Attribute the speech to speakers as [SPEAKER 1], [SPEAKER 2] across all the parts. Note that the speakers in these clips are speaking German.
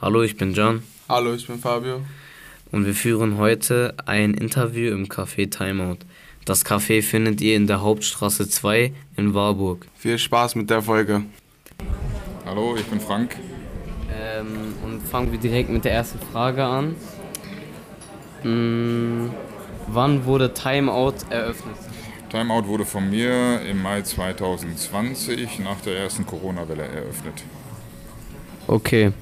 [SPEAKER 1] Hallo, ich bin John
[SPEAKER 2] Hallo, ich bin Fabio.
[SPEAKER 1] und wir führen heute ein Interview im Café Timeout. Das Café findet ihr in der Hauptstraße 2 in Warburg.
[SPEAKER 2] Viel Spaß mit der Folge.
[SPEAKER 3] Hallo, ich bin Frank.
[SPEAKER 1] Ähm, und fangen wir direkt mit der ersten Frage an. Mm, wann wurde Timeout eröffnet?
[SPEAKER 3] Timeout wurde von mir im Mai 2020 nach der ersten Corona-Welle eröffnet.
[SPEAKER 1] Okay.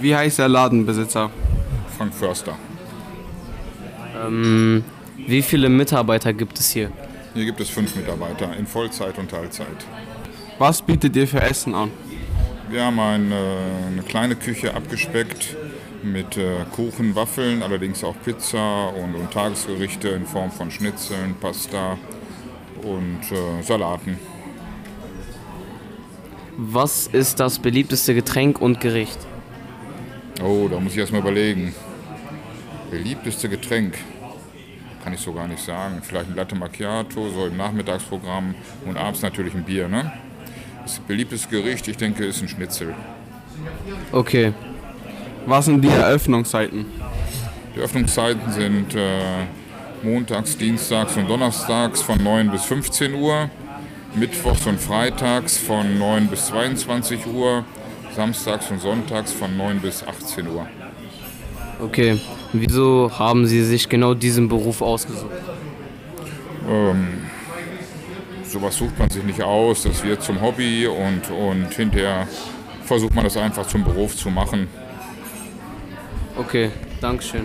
[SPEAKER 2] Wie heißt der Ladenbesitzer?
[SPEAKER 3] Frank Förster.
[SPEAKER 1] Ähm, wie viele Mitarbeiter gibt es hier?
[SPEAKER 3] Hier gibt es fünf Mitarbeiter in Vollzeit und Teilzeit.
[SPEAKER 2] Was bietet ihr für Essen an?
[SPEAKER 3] Wir haben eine, eine kleine Küche abgespeckt mit äh, Kuchen, Waffeln, allerdings auch Pizza und, und Tagesgerichte in Form von Schnitzeln, Pasta und äh, Salaten.
[SPEAKER 1] Was ist das beliebteste Getränk und Gericht?
[SPEAKER 3] Oh, da muss ich erstmal überlegen. Beliebteste Getränk? Kann ich so gar nicht sagen. Vielleicht ein Latte Macchiato, so im Nachmittagsprogramm und abends natürlich ein Bier, ne? Das beliebteste Gericht, ich denke, ist ein Schnitzel.
[SPEAKER 1] Okay.
[SPEAKER 2] Was sind die Eröffnungszeiten?
[SPEAKER 3] Die Öffnungszeiten sind äh, montags, dienstags und donnerstags von 9 bis 15 Uhr, mittwochs und freitags von 9 bis 22 Uhr, samstags und sonntags von 9 bis 18 Uhr.
[SPEAKER 1] Okay. Wieso haben Sie sich genau diesen Beruf ausgesucht?
[SPEAKER 3] Ähm, sowas sucht man sich nicht aus, das wird zum Hobby und, und hinterher versucht man das einfach zum Beruf zu machen.
[SPEAKER 1] Okay, Dankeschön.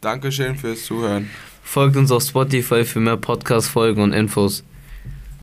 [SPEAKER 2] Dankeschön fürs Zuhören.
[SPEAKER 1] Folgt uns auf Spotify für mehr Podcast-Folgen und Infos.